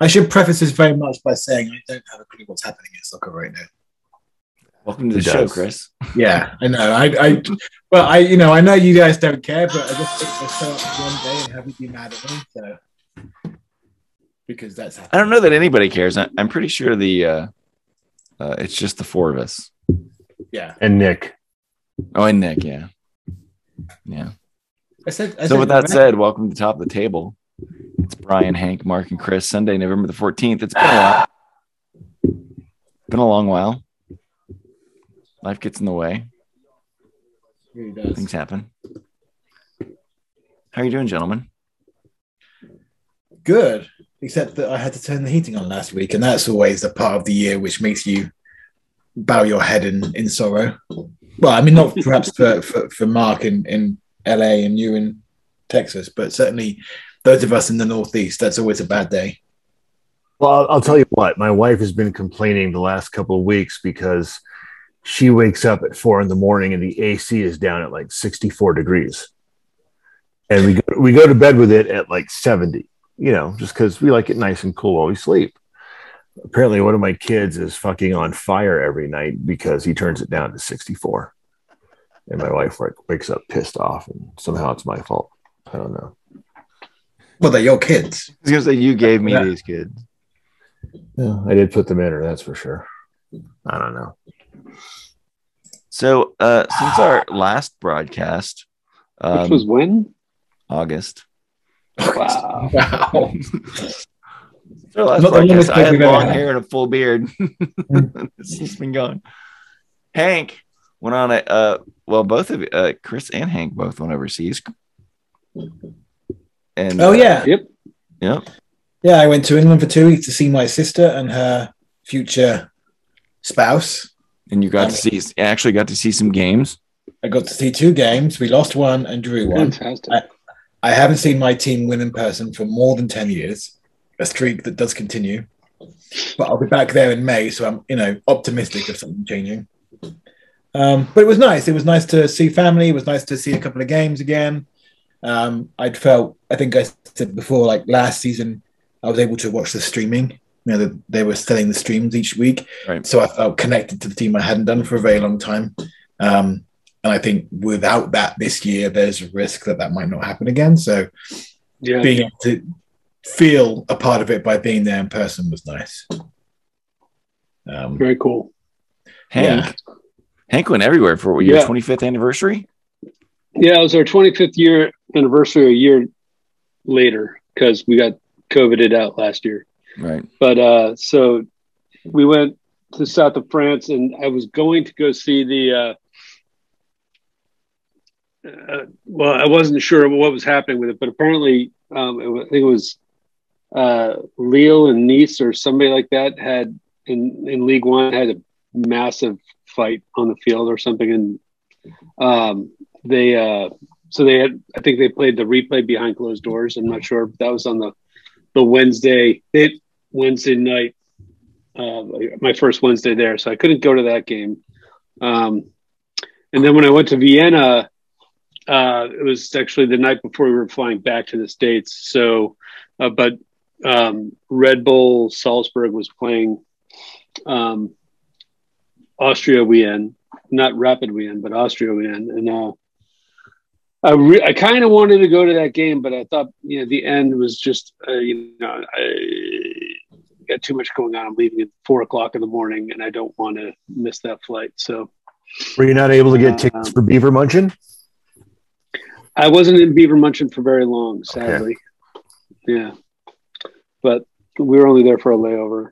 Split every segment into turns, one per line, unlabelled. I should preface this very much by saying I don't have a clue what's happening in soccer right now.
Welcome to the
He
show,
does.
Chris.
Yeah, I know. I, I, but I, you know, I know you guys don't care, but I just picked this up one day and haven't been mad at me, so because that's
I don't know that anybody cares. I, I'm pretty sure the uh, uh, it's just the four of us.
Yeah,
And Nick,
Oh, and Nick, yeah, yeah.
I said. I
so
said
with that said, welcome to the top of the table. It's Brian, Hank, Mark, and Chris. Sunday, November the 14th. It's been a while. Been a long while. Life gets in the way.
Really does.
Things happen. How are you doing, gentlemen?
good, except that I had to turn the heating on last week, and that's always the part of the year which makes you bow your head in, in sorrow. Well, I mean, not perhaps for, for, for Mark in, in LA and you in Texas, but certainly those of us in the Northeast, that's always a bad day.
Well, I'll, I'll tell you what. My wife has been complaining the last couple of weeks because she wakes up at four in the morning and the AC is down at like sixty-four degrees, and we go, we go to bed with it at like seventy. You know, just because we like it nice and cool while we sleep. Apparently, one of my kids is fucking on fire every night because he turns it down to sixty-four, and my wife like wakes up pissed off, and somehow it's my fault. I don't know.
Well, they're your kids.
I was gonna say you gave me
Yeah.
these kids.
Yeah, I did put them in her. That's for sure. I don't know.
So uh, since our last broadcast, um,
Which was when?
August.
Wow.
Wow.
So last
Not the
podcast,
longest
I had
we've ever
long
had.
hair and a full beard. this has been going. Hank went on a uh, well, both of you, uh, Chris and Hank both went overseas. And
Oh,
uh,
yeah.
Yep.
yeah,
Yeah, I went to England for two weeks to see my sister and her future spouse.
and you got to see actually got to see some games.
I got to see two games. We lost one and drew one.
Fantastic.
I haven't seen my team win in person for more than 10 years, a streak that does continue. But I'll be back there in May, so I'm, you know, optimistic of something changing. Um, but it was nice. It was nice to see family. It was nice to see a couple of games again. Um, I'd felt, I think I said before, like last season, I was able to watch the streaming. You know, the, they were selling the streams each week.
Right.
So I felt connected to the team I hadn't done for a very long time. Um, and I think without that this year, there's a risk that that might not happen again. So
yeah.
being able to feel a part of it by being there in person was nice. Um,
Very cool.
Hank, Hank went everywhere for your
Yeah.
25th anniversary.
Yeah, it was our 25th year anniversary a year later because we got COVIDed out last year.
Right.
But uh, so we went to the south of France, and I was going to go see the. Uh, uh, well, I wasn't sure what was happening with it, but apparently, um, it, wa- I think it was uh, Lille and Nice or somebody like that had in in League One had a massive fight on the field or something, and um, they uh, so they had I think they played the replay behind closed doors. I'm not sure but that was on the the Wednesday. They Wednesday night, uh, my first Wednesday there, so I couldn't go to that game. Um, and then when I went to Vienna, uh, it was actually the night before we were flying back to the states. So, uh, but um, Red Bull Salzburg was playing um, Austria Wien, not Rapid Wien, but Austria Wien, and uh, I, re- I kind of wanted to go to that game, but I thought you know the end was just uh, you know I got too much going on. I'm leaving at four o'clock in the morning, and I don't want to miss that flight. So
Were you not able to get tickets
Um,
for Beaver Munchin?
I wasn't in Beaver Muncheon for very long, sadly. Yeah, but we were only there for a layover.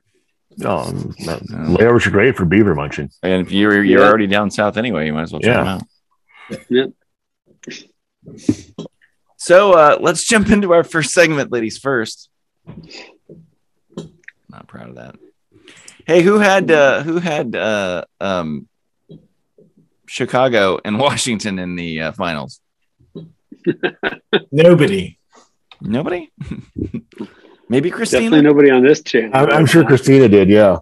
Oh, no. layovers are great for Beaver Munchin.
And if you're you're
Yeah.
already down south anyway, you might as well check
Yeah.
them out.
Yeah.
So uh, let's jump into our first segment, ladies first. Not proud of that. Hey, who had uh, who had uh, um, Chicago and Washington in the uh, finals?
nobody.
Nobody. Maybe
Definitely
Christina.
nobody on this channel.
I'm, I'm sure Christina did. Yeah.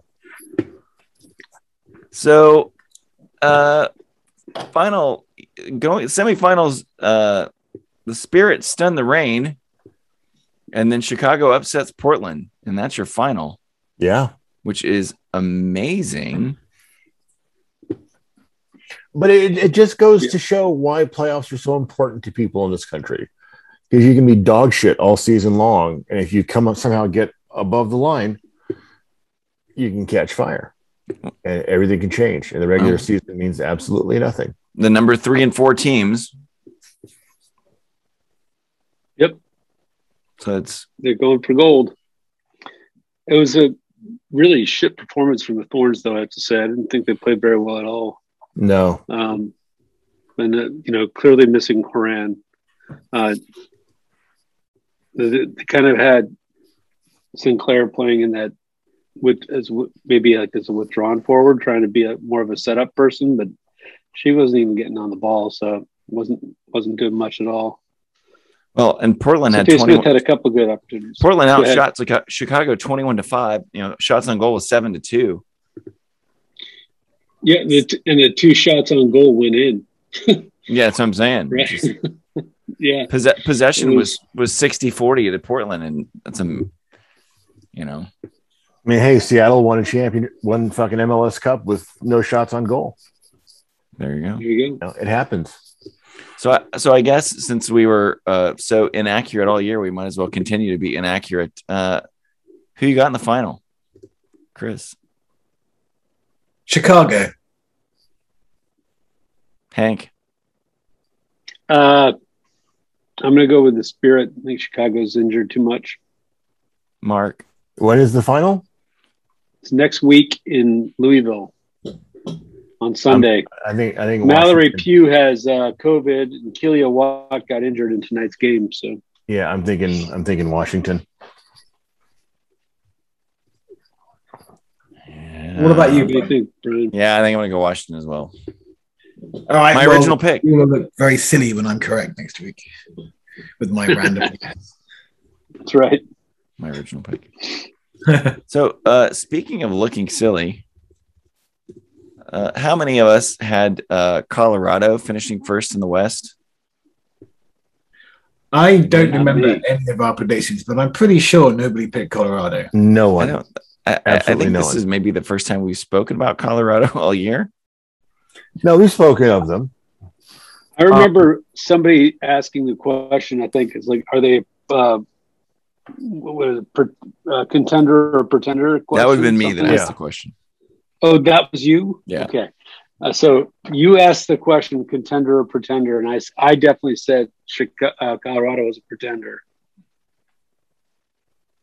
So, uh, final going semifinals. Uh, the Spirit stunned the rain And then Chicago upsets Portland, and that's your final,
Yeah.
which is amazing.
But it, it just goes
Yeah.
to show why playoffs are so important to people in this country. Because you can be dog shit all season long. And if you come up somehow get above the line, you can catch fire. And everything can change. And the regular
Um,
season means absolutely nothing.
The number three and four teams.
Yep.
So it's
They're going for gold. It was a really shit performance from the Thorns, though. I have to say, I didn't think they played very well at all.
No.
Um, and uh, you know, clearly missing Horan. Uh, they, they kind of had Sinclair playing in that with as w- maybe like as a withdrawn forward, trying to be a, more of a setup person, but she wasn't even getting on the ball, so wasn't wasn't doing much at all.
well, and Portland had
Cynthia
twenty.
Smith had a couple good opportunities.
Portland
Go ahead.
outshot Chica- Chicago twenty-one to five. You know, shots on goal was seven to two.
Yeah, and the, t- and the two shots on goal went in.
Yeah, that's what I'm saying.
Right?
Just
yeah,
posse- possession
It
was was 60-40 to Portland, and that's a you know
I mean, hey, Seattle won a champion, won fucking MLS Cup with no shots on goal.
there you go.
there you go.
You know, it happens.
So I, so I guess since we were uh, so inaccurate all year, we might as well continue to be inaccurate. Uh, who you got in the final, Chris?
Chicago.
Hank.
Uh, I'm going to go with the Spirit. I think Chicago's injured too much.
Mark.
When is the final?
It's next week in Louisville on Sunday.
I think, I think
Mallory
Washington-
Pugh has uh, COVID, and Kelia Watt got injured in tonight's game. So
Yeah, I'm thinking, I'm thinking Washington.
What about
what
you?
do you think, Brian?
Uh, Yeah, I think I'm gonna go Washington as well.
All right.
My
well,
original pick.
You will look very silly when I'm correct next week with my random.
That's right.
My original pick. So uh, speaking of looking silly, uh, how many of us had uh, Colorado finishing first in the West?
I don't
Not
remember
me.
any of our predictions, but I'm pretty sure nobody picked Colorado.
No
I
one.
don't. I, I- I
Absolutely
think
no
this
one.
is maybe the first time we've spoken about Colorado all year.
No, we've spoken of them.
Um,
I remember somebody asking the question. I think it's like, are they uh, what was it, per, uh, contender or pretender?
that would have been
question,
me
something
that
like
asked
Yeah.
the question.
Oh, that was you.
Yeah.
Okay. Uh, so you asked the question, contender or pretender, and I, s- I definitely said Chica- uh, Colorado was a pretender.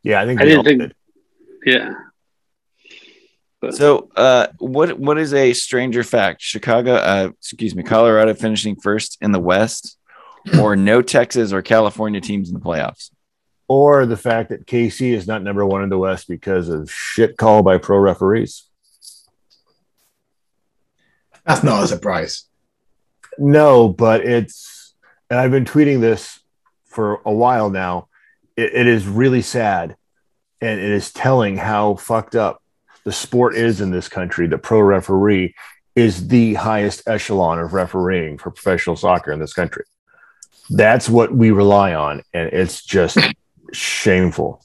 Yeah, I think
I
we
didn't
all
think-
did.
Yeah.
So, uh, what what is a stranger fact? Chicago, uh, excuse me, Colorado finishing first in the West, or no Texas or California teams in the playoffs?
or the fact that KC is not number one in the West because of shit call by pro referees.
That's not a surprise.
No, but it's, and I've been tweeting this for a while now. It, it is really sad, and it is telling how fucked up the sport is in this country. The pro referee is the highest echelon of refereeing for professional soccer in this country. That's what we rely on, and it's just shameful.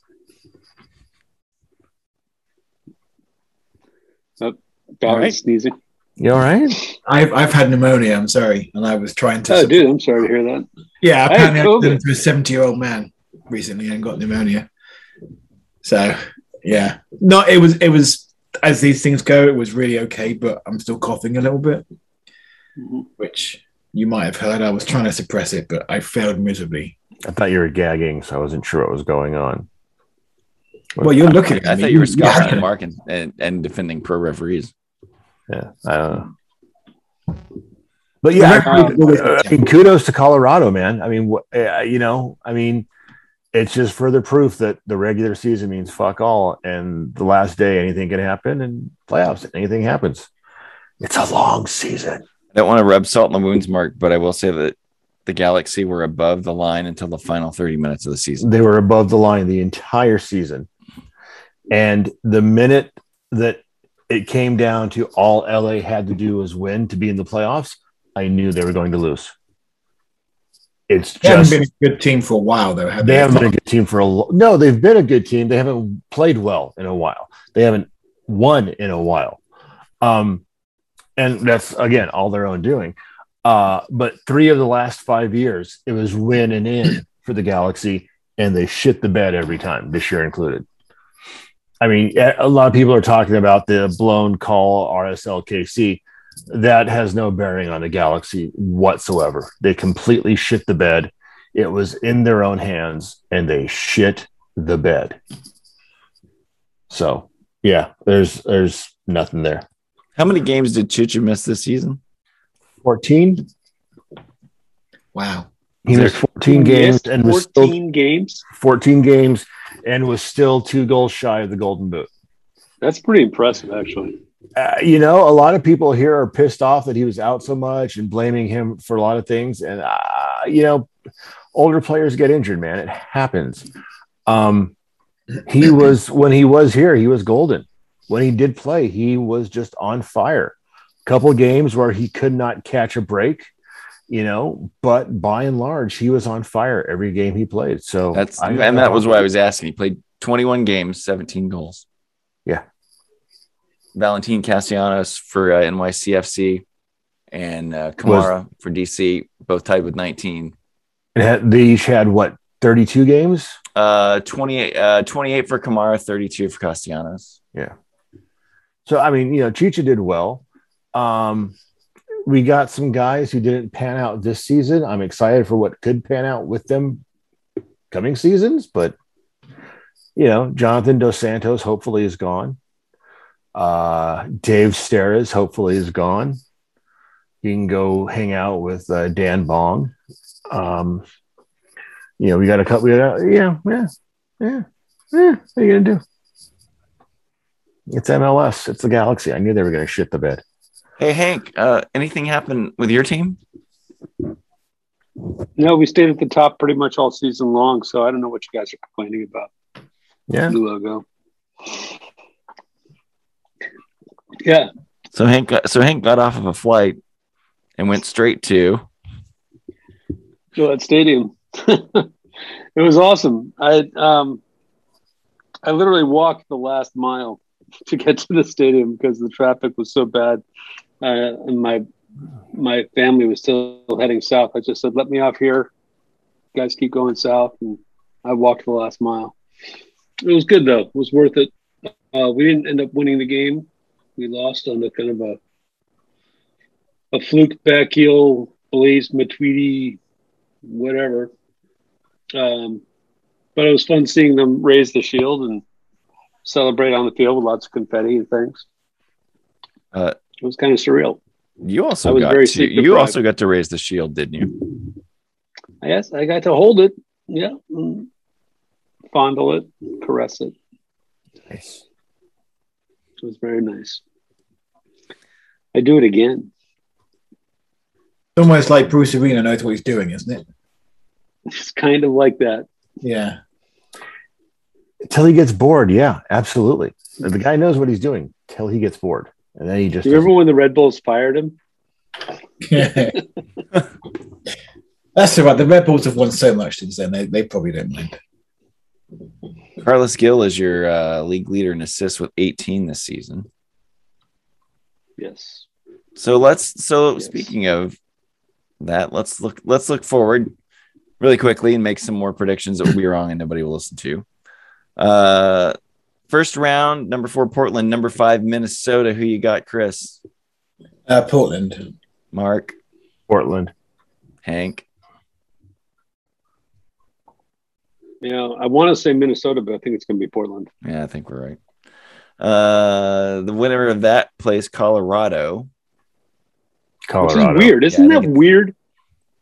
That
Alright.
was sneezing.
You all right?
I've I've had pneumonia. I'm sorry, and I was trying to.
Oh, dude, I'm sorry to hear that.
Yeah,
I had
apparently I
COVID.
did it to a 70 year old man recently and got pneumonia. So yeah, no, it was it was as these things go, it was really okay, but I'm still coughing a little bit,
Mhm.
which you might have heard. I was trying to suppress it, but I failed miserably.
I thought you were gagging, so I wasn't sure what was going on.
Well, you're looking at
I
me.
thought you were
yeah.
scoffing at Mark and, and, and defending pro referees.
Yeah, I don't know. uh, But yeah, I,
Um,
I mean, kudos to Colorado, man. I mean, wh- uh, you know, I mean, it's just further proof that the regular season means fuck all, and the last day anything can happen, and playoffs anything happens. It's a long season.
I don't want to rub salt in the wounds, Mark, but I will say that the Galaxy were above the line until the final 30 minutes of the season.
They were above the line the entire season, and the minute that it came down to all LA had to do was win to be in the playoffs, I knew they were going to lose. It's
They haven't
just
been a good team for a while, though, have they?
they haven't been a good team for a lo- no. They've been a good team. They haven't played well in a while. They haven't won in a while. Um, and that's again all their own doing. Uh, but three of the last five years, it was win and in for the Galaxy, and they shit the bed every time, this year included. I mean, a a lot of people are talking about the blown call RSLKC. That has no bearing on the Galaxy whatsoever. They completely shit the bed it was in their own hands and they shit the bed so yeah there's there's nothing there
How many games did Chicha miss this season?
14
Wow.
he missed 14 games
missed
and was still
14 Mm-hmm. games.
14 games and was still two goals shy of the golden boot
That's pretty impressive, actually.
uh, you know a lot of people here are pissed off that he was out so much and blaming him for a lot of things and uh, you know older players get injured man it happens um he was when he was here he was golden when he did play he was just on fire couple games where he could not catch a break you know but by and large he was on fire every game he played so
That's
I-
and that was why I was asking. He played 21 games, 17 goals.
Yeah.
Valentin Castellanos for uh, NYCFC and uh, Kamara for DC, both tied with 19.
it had- they each had what 32 games
Uh, 28, uh, 28 for Kamara, 32 for Castellanos.
So I mean, you know, Chicha did well. Um, we got some guys who didn't pan out this season. I'm excited for what could pan out with them coming seasons, but you know, Jonathan Dos Santos hopefully is gone. Uh, Dave Steris hopefully is gone. He can go hang out with uh, Dan Bong. Um, you know, we got a couple. We got, yeah, yeah, yeah, yeah. What are you gonna do? It's MLS. It's the Galaxy. I knew they were going to shit the bed.
Hey, Hank, uh, anything happen with your team?
No, we stayed at the top pretty much all season long, so I don't know what you guys are complaining about.
Yeah.
New logo. Yeah,
So Hank, got, so Hank got off of a flight and went straight to
Gillette Stadium. it was awesome. I um, I literally walked the last mile to get to the stadium because the traffic was so bad, uh, and my my family was still heading south. I just said, "Let me off here, You guys. Keep going south." And I walked the last mile. It was good though. It was worth it. Uh, we didn't end up winning the game. We lost on a kind of a a fluke back heel Blaze Matweedy whatever. Um, but it was fun seeing them raise the shield and celebrate on the field with lots of confetti and things.
Uh,
it was kind of surreal.
you.
I
Also
was
got
very
to,
sleep
you
deprived.
also got to raise the shield, didn't you?
I guess I got to hold it. Yeah. mm. Fondle it, caress it.
Nice.
It was very nice. I do it again.
It's almost like Bruce Arena knows what he's doing, isn't it?
It's kind of like that.
Yeah.
Till he gets bored. Yeah, absolutely. The guy knows what he's doing till he gets bored. And then he just
Do you remember when the Red Bulls fired him?
That's all right. The Red Bulls have won so much since then. They, they probably don't mind.
Carlos Gill is your uh, league leader in assists with 18 this season.
Yes.
So let's so
Yes.
speaking of that, let's look let's look forward really quickly and make some more predictions that will be wrong and nobody will listen to. Uh first round, number four Portland, number five Minnesota. Who you got, Chris?
Uh, Portland.
Mark,
Portland.
Hank.
You know, I want to say Minnesota, but I think it's going to be Portland.
Yeah, I think we're right. Uh the winner of that plays Colorado.
Colorado.
Which is weird. Isn't
Yeah, I
that
think
weird?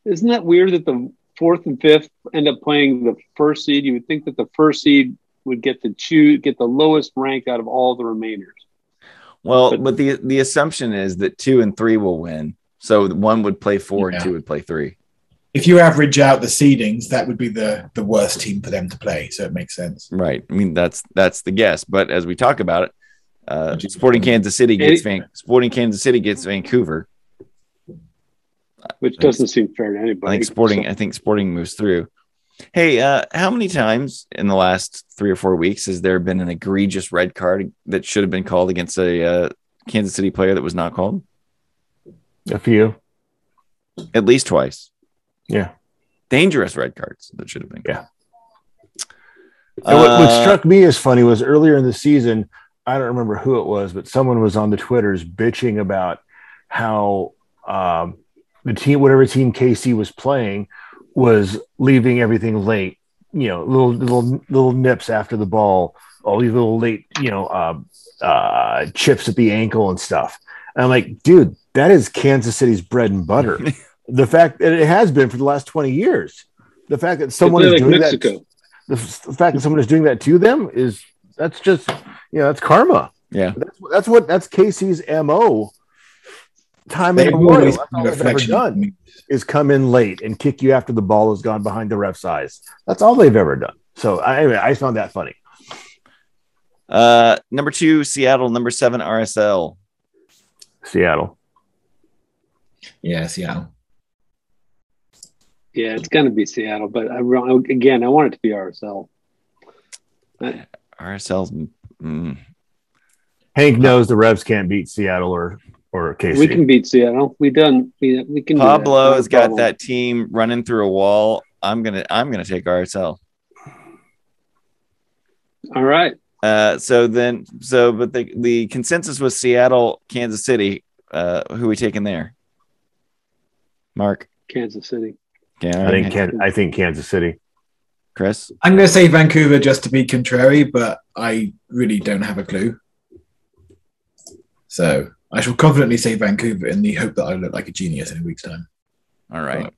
Isn't that weird that the fourth and fifth end up playing the first seed? You would think that the first seed would get the choose get the lowest rank out of all the remainders.
Well, but,
But-
the the assumption is that two and three will win. So one would play four
Yeah.
and two would play three.
If you average out the seedings, that would be the, the worst team for them to play. So it makes sense.
Right. I mean that's that's the guess. But as we talk about it, uh, Sporting Kansas City gets Van- Sporting Kansas City gets Vancouver.
which doesn't seem fair to
I
anybody.
think Sporting. I think Sporting moves through. Hey, uh, how many times in the last three or four weeks has there been an egregious red card that should have been called against a uh, Kansas City player that was not called?
A few.
At least twice.
Yeah.
Dangerous red cards that should have been.
Yeah.
Called.
And what, what
Uh,
struck me as funny was earlier in the season, I don't remember who it was, but someone was on the Twitters bitching about how um, the team, whatever team KC was playing, was leaving everything late. You know, little little little nips after the ball, all these little late, you know, uh, uh, chips at the ankle and stuff. And I'm like, dude, that is Kansas City's bread and butter. the fact that it has been for the last 20 years. The fact that
They play
someone is
like
doing
Mexico.
that the, f- the fact that someone is doing that to them is that's just you know that's karma.
Yeah.
That's that's what that's Casey's mo. Time and
They've
memorial.
always
That's
been
all they've ever done
reflection.
is come in late and kick you after the ball has gone behind the ref's eyes. That's all they've ever done. So I anyway, I just found that funny.
Uh, number two, Seattle. Number seven, RSL.
Seattle.
Yeah, Seattle.
Yeah, it's going to be Seattle, but I, again, I want it to be RSL.
RSL's. Mm,
Hank knows the Revs can't beat Seattle or or Casey.
We can beat Seattle. We done. We, we can. do that.
Pablo
No
has got
problem.
that team running through a wall. I'm gonna. I'm gonna take RSL.
All right.
Uh, so then, so but the the consensus was Seattle, Kansas City. Uh, who we taking there? Mark.
Kansas City.
Yeah,
I think Can- I think Kansas City.
Chris.
I'm going to say Vancouver just to be contrary, but I really don't have a clue. So I shall confidently say Vancouver in the hope that I look like a genius in a week's time.
All right,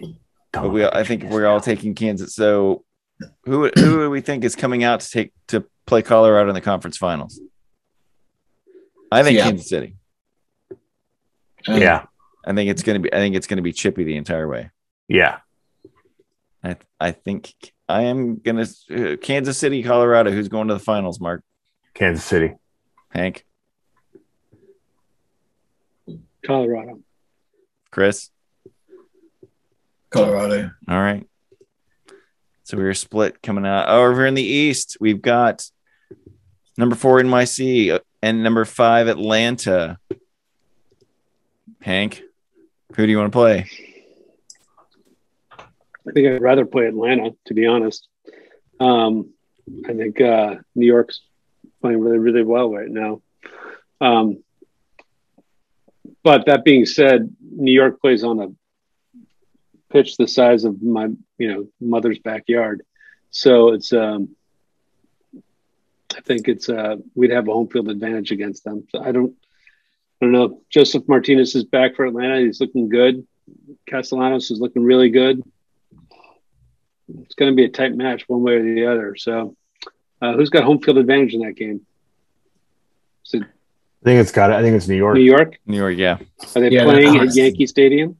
Don't
but we. I think we're all taking Kansas. So who who do we think is coming out to take to play Colorado in the conference finals? I think
Seattle.
Kansas City.
Um,
yeah,
I think it's gonna be. I think it's gonna be chippy the entire way.
yeah.
I I think I am gonna uh, Kansas City, Colorado. Who's going to the finals? Mark,
Kansas City.
Hank,
Colorado.
Chris.
Colorado.
All right. So we are split coming out. Oh, over in the East, we've got number four NYC uh, and number five Atlanta. Hank, who do you want to play?
I think I'd rather play Atlanta, to be honest. Um, I think uh, New York's playing really, really well right now. Um, but that being said, New York plays on a pitch the size of my, you know, mother's backyard. So it's, um, I think it's, uh, we'd have a home field advantage against them. So I don't, I don't know. Joseph Martinez is back for Atlanta. He's looking good. Castellanos is looking really good it's going to be a tight match one way or the other. So, uh, who's got home field advantage in that game? Is it
I think it's got. I think it's New York.
New York?
New York, yeah.
Are they
Yeah,
playing
they're-
at Yankee Stadium?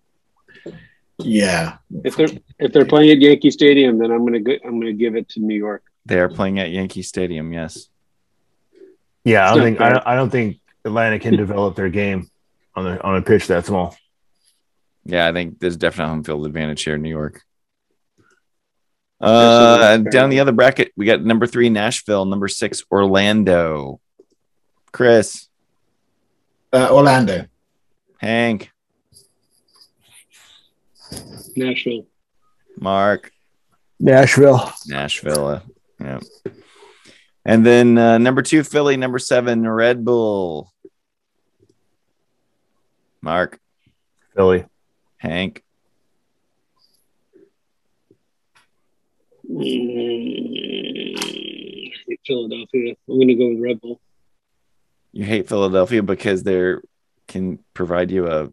Yeah.
If they're if they're playing at Yankee Stadium, then I'm going to go, I'm going to give it to New York.
They are playing at Yankee Stadium, yes.
Yeah, I
It's
don't
not
think I
fair.
don't, I don't think Atlanta can develop their game on a on a pitch that small.
Yeah, I think there's definite home field advantage here in New York.
Absolutely.
Uh, down the other bracket, we got number three Nashville, number six Orlando. Chris,
Uh, Orlando.
Hank,
Nashville.
Mark,
Nashville.
Nashville. uh, yeah. And then uh, number two Philly, number seven Red Bull. Mark,
Philly.
Hank,
Mm, I think Philadelphia. I'm going to go with Red Bull.
you hate Philadelphia because they can provide you a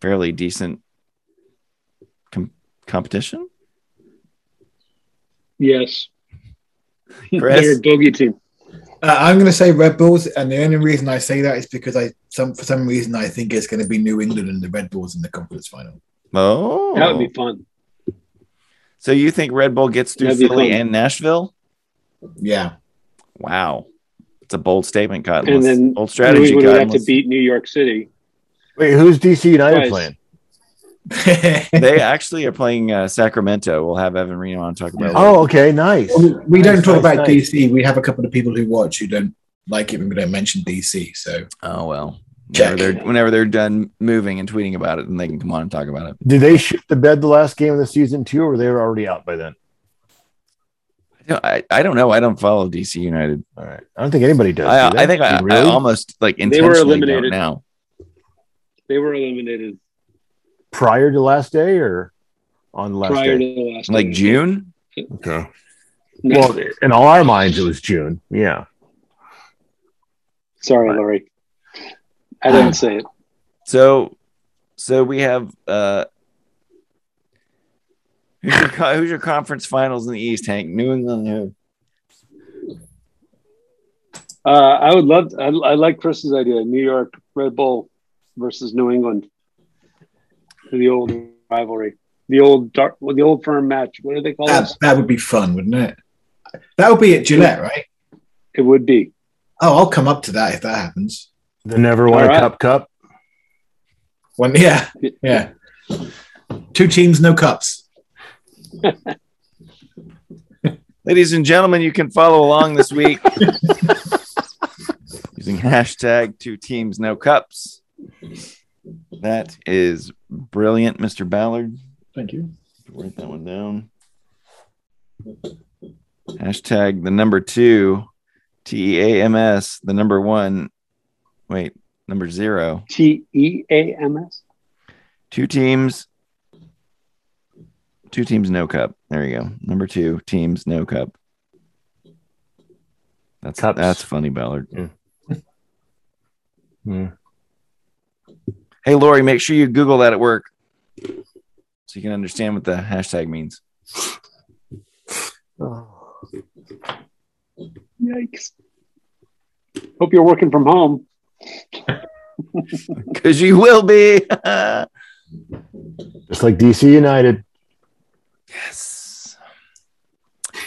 fairly decent com- competition.
Yes,
Chris?
they're a bogey team.
Uh, I'm going to say Red Bulls, and the only reason I say that is because I some for some reason I think it's going to be New England and the Red Bulls in the conference final.
Oh,
That would be fun.
so you think Red Bull gets through
That'd be
Philly
fun.
and Nashville?
Yeah,
Wow, it's a bold statement, Cotton.
And
Let's-
then
bold strategy,
Strategy would
Cotton.
have to
Let's-
beat New York City.
Wait, who's DC United
Twice.
playing?
they actually are playing uh, Sacramento. We'll have Evan Reno on talk about. it later.
Oh, okay, nice.
we
Nice,
don't talk
nice,
about
nice.
DC. We have a couple of people who watch who don't like it when we don't mention DC. So
oh well. Whenever
Check.
they're, whenever they're done moving and tweeting about it, then they can come on and talk about it.
Did they shoot the bed the last game of the season too, or were they already out by then?
No, I, I don't know. I don't follow DC United.
All right, I don't think anybody does.
I,
do they?
I think I, um,
You really?
I almost like
They were
intentionally
eliminated.
don't now.
They were eliminated
prior to last day or on the last
prior
day.
to the last
Like
game.
June.
okay.
No,
Well, in all our minds, it was June. Yeah.
sorry, Laurie. I didn't say it.
So, so we have uh, who's your, co- who's your conference finals in the East? Hank, New England. Who?
Uh, I would love. I, I like Chris's idea. New York Red Bull versus New England. The old rivalry. The old dark. well, The old firm match. What do they call
that,
this?
that would be fun, wouldn't it? That would be at Gillette, right?
It would be.
Oh, I'll come up to that if that happens.
The never won
All right.
a cup cup.
One, yeah, yeah. Two teams, no cups.
Ladies and gentlemen, you can follow along this week using hashtag two teams no cups. That is brilliant, Mr. Ballard.
Thank you.
Write that one down. Hashtag the number two, T E A M S, the number one, wait, number zero.
T E A M S.
Two teams. Two teams, no cup. There you go. Number two teams, no cup. That's
Cups.
that's funny, Ballard.
Hmm.
Hey, Lori, make sure you Google that at work so you can understand what the hashtag means.
Yikes. Hope you're working from home.
Because you will be.
Just like DC United.
yes.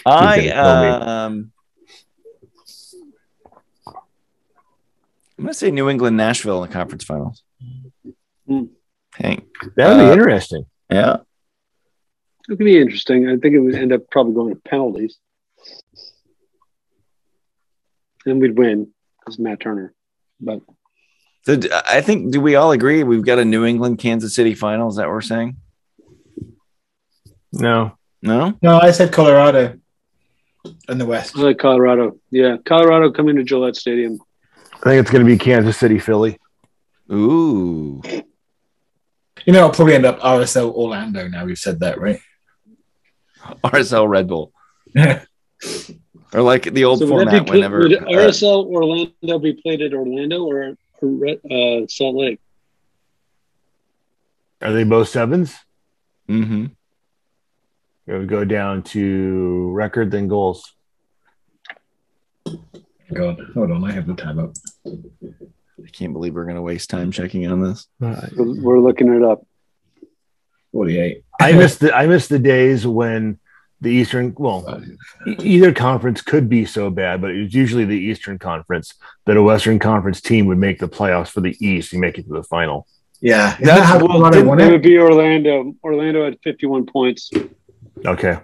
I
gonna kill me.
um. I'm gonna say New England Nashville in the conference finals.
Hmm.
Hank.
That would
Uh,
be interesting.
Yeah.
It could be interesting. I think it would end up probably going to penalties. And we'd win because Matt Turner. But
So d- I think do we all agree we've got a New England Kansas City final? Is that what we're saying?
No.
No.
No, I said Colorado and the West.
I like Colorado. Yeah. Colorado coming to Gillette Stadium.
I think it's going to be Kansas City, Philly.
Ooh.
You know, I'll probably end up RSL Orlando now. We've said that, right?
RSL Red Bull or like the old
So would that
format.
be pla-
whenever
would
uh,
RSL Orlando be played at Orlando or, or uh, Salt Lake?
Are they both sevens?
mhm.
It would go down to record, then goals.
God, hold on, I have the tab up.
I can't believe we're gonna waste time checking on this.
We're, we're looking it up.
Forty-eight.
I miss the I miss the days when the Eastern well e- either conference could be so bad, but it was usually the Eastern Conference that a Western Conference team would make the playoffs for the East and make it to the final.
Yeah, isn't
That's-
that how
well,
Colorado
didn't
won
It
it?
would be Orlando. Orlando had 51 points.
Okay.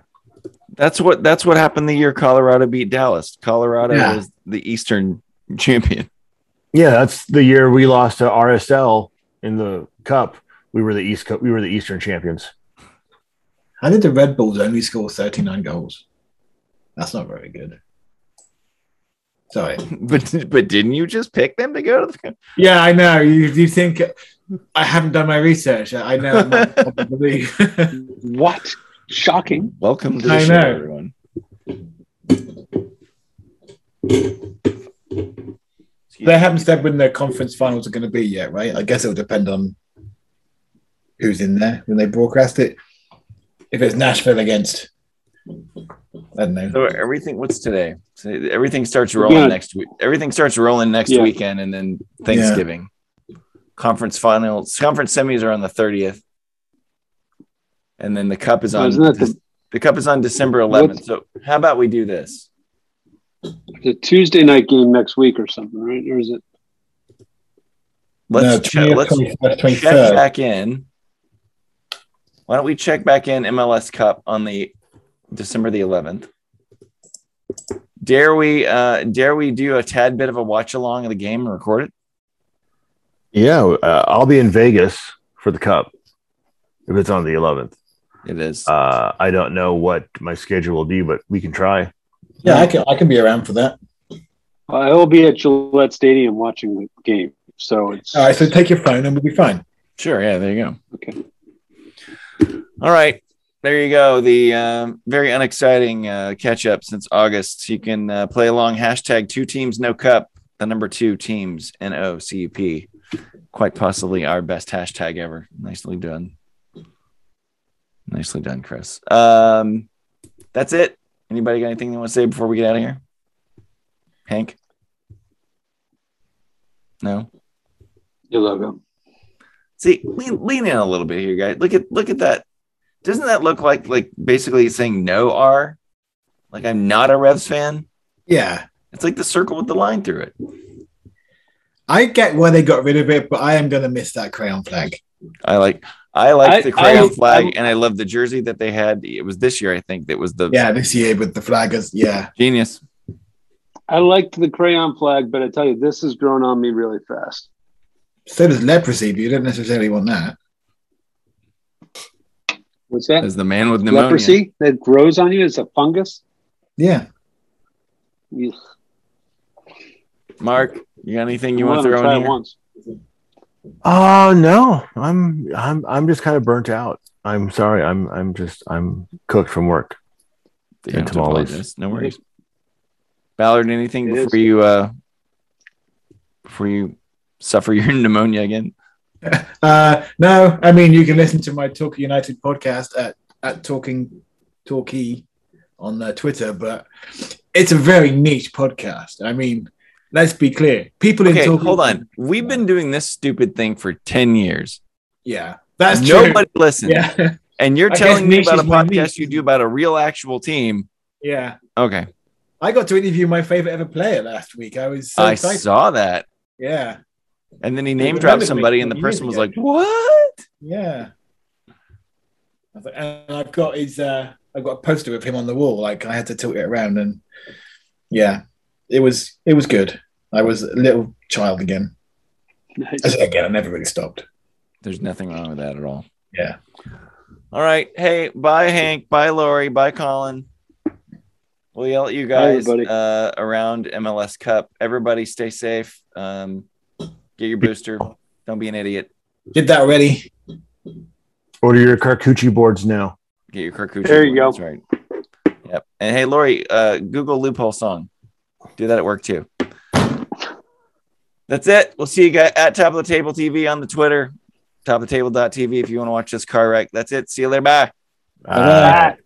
That's what that's what happened the year Colorado beat Dallas. Colorado
Yeah.
was the Eastern champion.
Yeah, that's the year we lost to RSL in the cup. We were the East Cup, we were the Eastern champions.
How did the Red Bulls only score thirty-nine goals? That's not very good. Sorry.
But but didn't you just pick them to go to the?
Yeah, I know. You, you think I haven't done my research? I know. I'm not- I don't believe.
What? Shocking.
Welcome to the
I
show,
know.
everyone.
they haven't said when their conference finals are going to be yet, right? I guess it will depend on who's in there when they broadcast it. If it's Nashville against, I don't know.
So everything, what's today? So everything starts rolling
Yeah.
next week. Everything starts rolling next
Yeah.
weekend, and then Thanksgiving, conference finals, conference semis are on the thirtieth, and then the cup is on.
Isn't that the,
the cup is on December eleventh. So how about we do this?
the Tuesday night game next week or something, right? Or is it?
Let's
No,
check, let's
21st,
check
23rd.
back in Why don't we check back in MLS Cup on the December the 11th? Dare we? Uh, dare we do a tad bit of a watch along of the game and record it?
Yeah, uh, I'll be in Vegas for the Cup if it's on the 11th.
It is.
Uh, I don't know what my schedule will be, but we can try.
Yeah, I can I can be around for that.
I will be at Gillette Stadium watching the game, so it's
All right, so take your phone and we'll be fine.
Sure. Yeah. There you go.
okay.
All right. There you go. The um, very unexciting uh, catch up since August. You can uh, play along hashtag two teams, no cup, the number two teams, N O C U P. Quite possibly our best hashtag ever. Nicely done. Nicely done, Chris. Um, that's it. Anybody got anything they want to say before we get out of here? Hank? No?
Your logo.
See, lean, lean in a little bit here, guys. Look at look at that. Doesn't that look like like basically saying no R? Like I'm not a Revs fan.
Yeah,
It's like the circle with the line through it.
I get why they got rid of it, but I am gonna miss that crayon flag.
I like I like
I-
the crayon
I-
flag,
I-
and I love the jersey that they had. It was this year, I think. That was the
Yeah, this year with the flag is yeah.
genius.
I liked the crayon flag, but I tell you, this has grown on me really fast.
So does leprosy, but you don't necessarily want that.
What's that?
As the man with pneumonia.
Leprosy that grows on you as a fungus.
Yeah.
You,
Mark, you got anything you
Come
want
on,
to throw
try
in
it
here?
once.
Uh no, I'm I'm I'm just kind of burnt out. I'm sorry. I'm I'm just I'm cooked from work.
You don't have to
Tamales.
apologize. No worries. Ballard, anything
It is-
before you uh before you suffer your pneumonia again?
Uh, no, I mean you can listen to my Talk United podcast at at Talking Talkie on uh, Twitter, but it's a very niche podcast. I mean, let's be clear: people in
Okay,
Torquay-
hold on. We've been doing this stupid thing for 10 years.
Yeah, that's
Nobody
true.
listens.
Yeah,
And you're
I
telling
guess
me
niche
about a
is my niche,
podcast you
isn't
do
it?
about a real actual team.
yeah.
Okay.
I got to interview my favorite ever player last week. I was so
I
excited.
saw that.
Yeah,
And then he
They
name dropped
remembered
somebody,
me
and the
from
person was
years
like,
ago.
What?
yeah. I was like- And I've got his. Uh, I've got a poster of him on the wall. Like I had to tilt it around, and yeah, it was it was good. I was a little child again. I
Nice.
said again, I never really stopped.
There's nothing wrong with that at all.
Yeah.
All right. Hey, bye, Hank. Bye, Lori. Bye, Colin. We'll yell at you guys
everybody.
uh, around MLS Cup. Everybody stay safe. Um, get your booster. Don't be an idiot.
Did that already.
Order your Carcucci boards now.
Get your Kikuchi.
There you
one,
go.
That's right. Yep. And hey, Lori, uh, Google loophole song. Do that at work too. That's it. We'll see you guys at Top of the Table TV on the Twitter, top of the table.tv if you want to watch this car wreck. That's it. See you later. Bye.
Bye-bye.
Ah.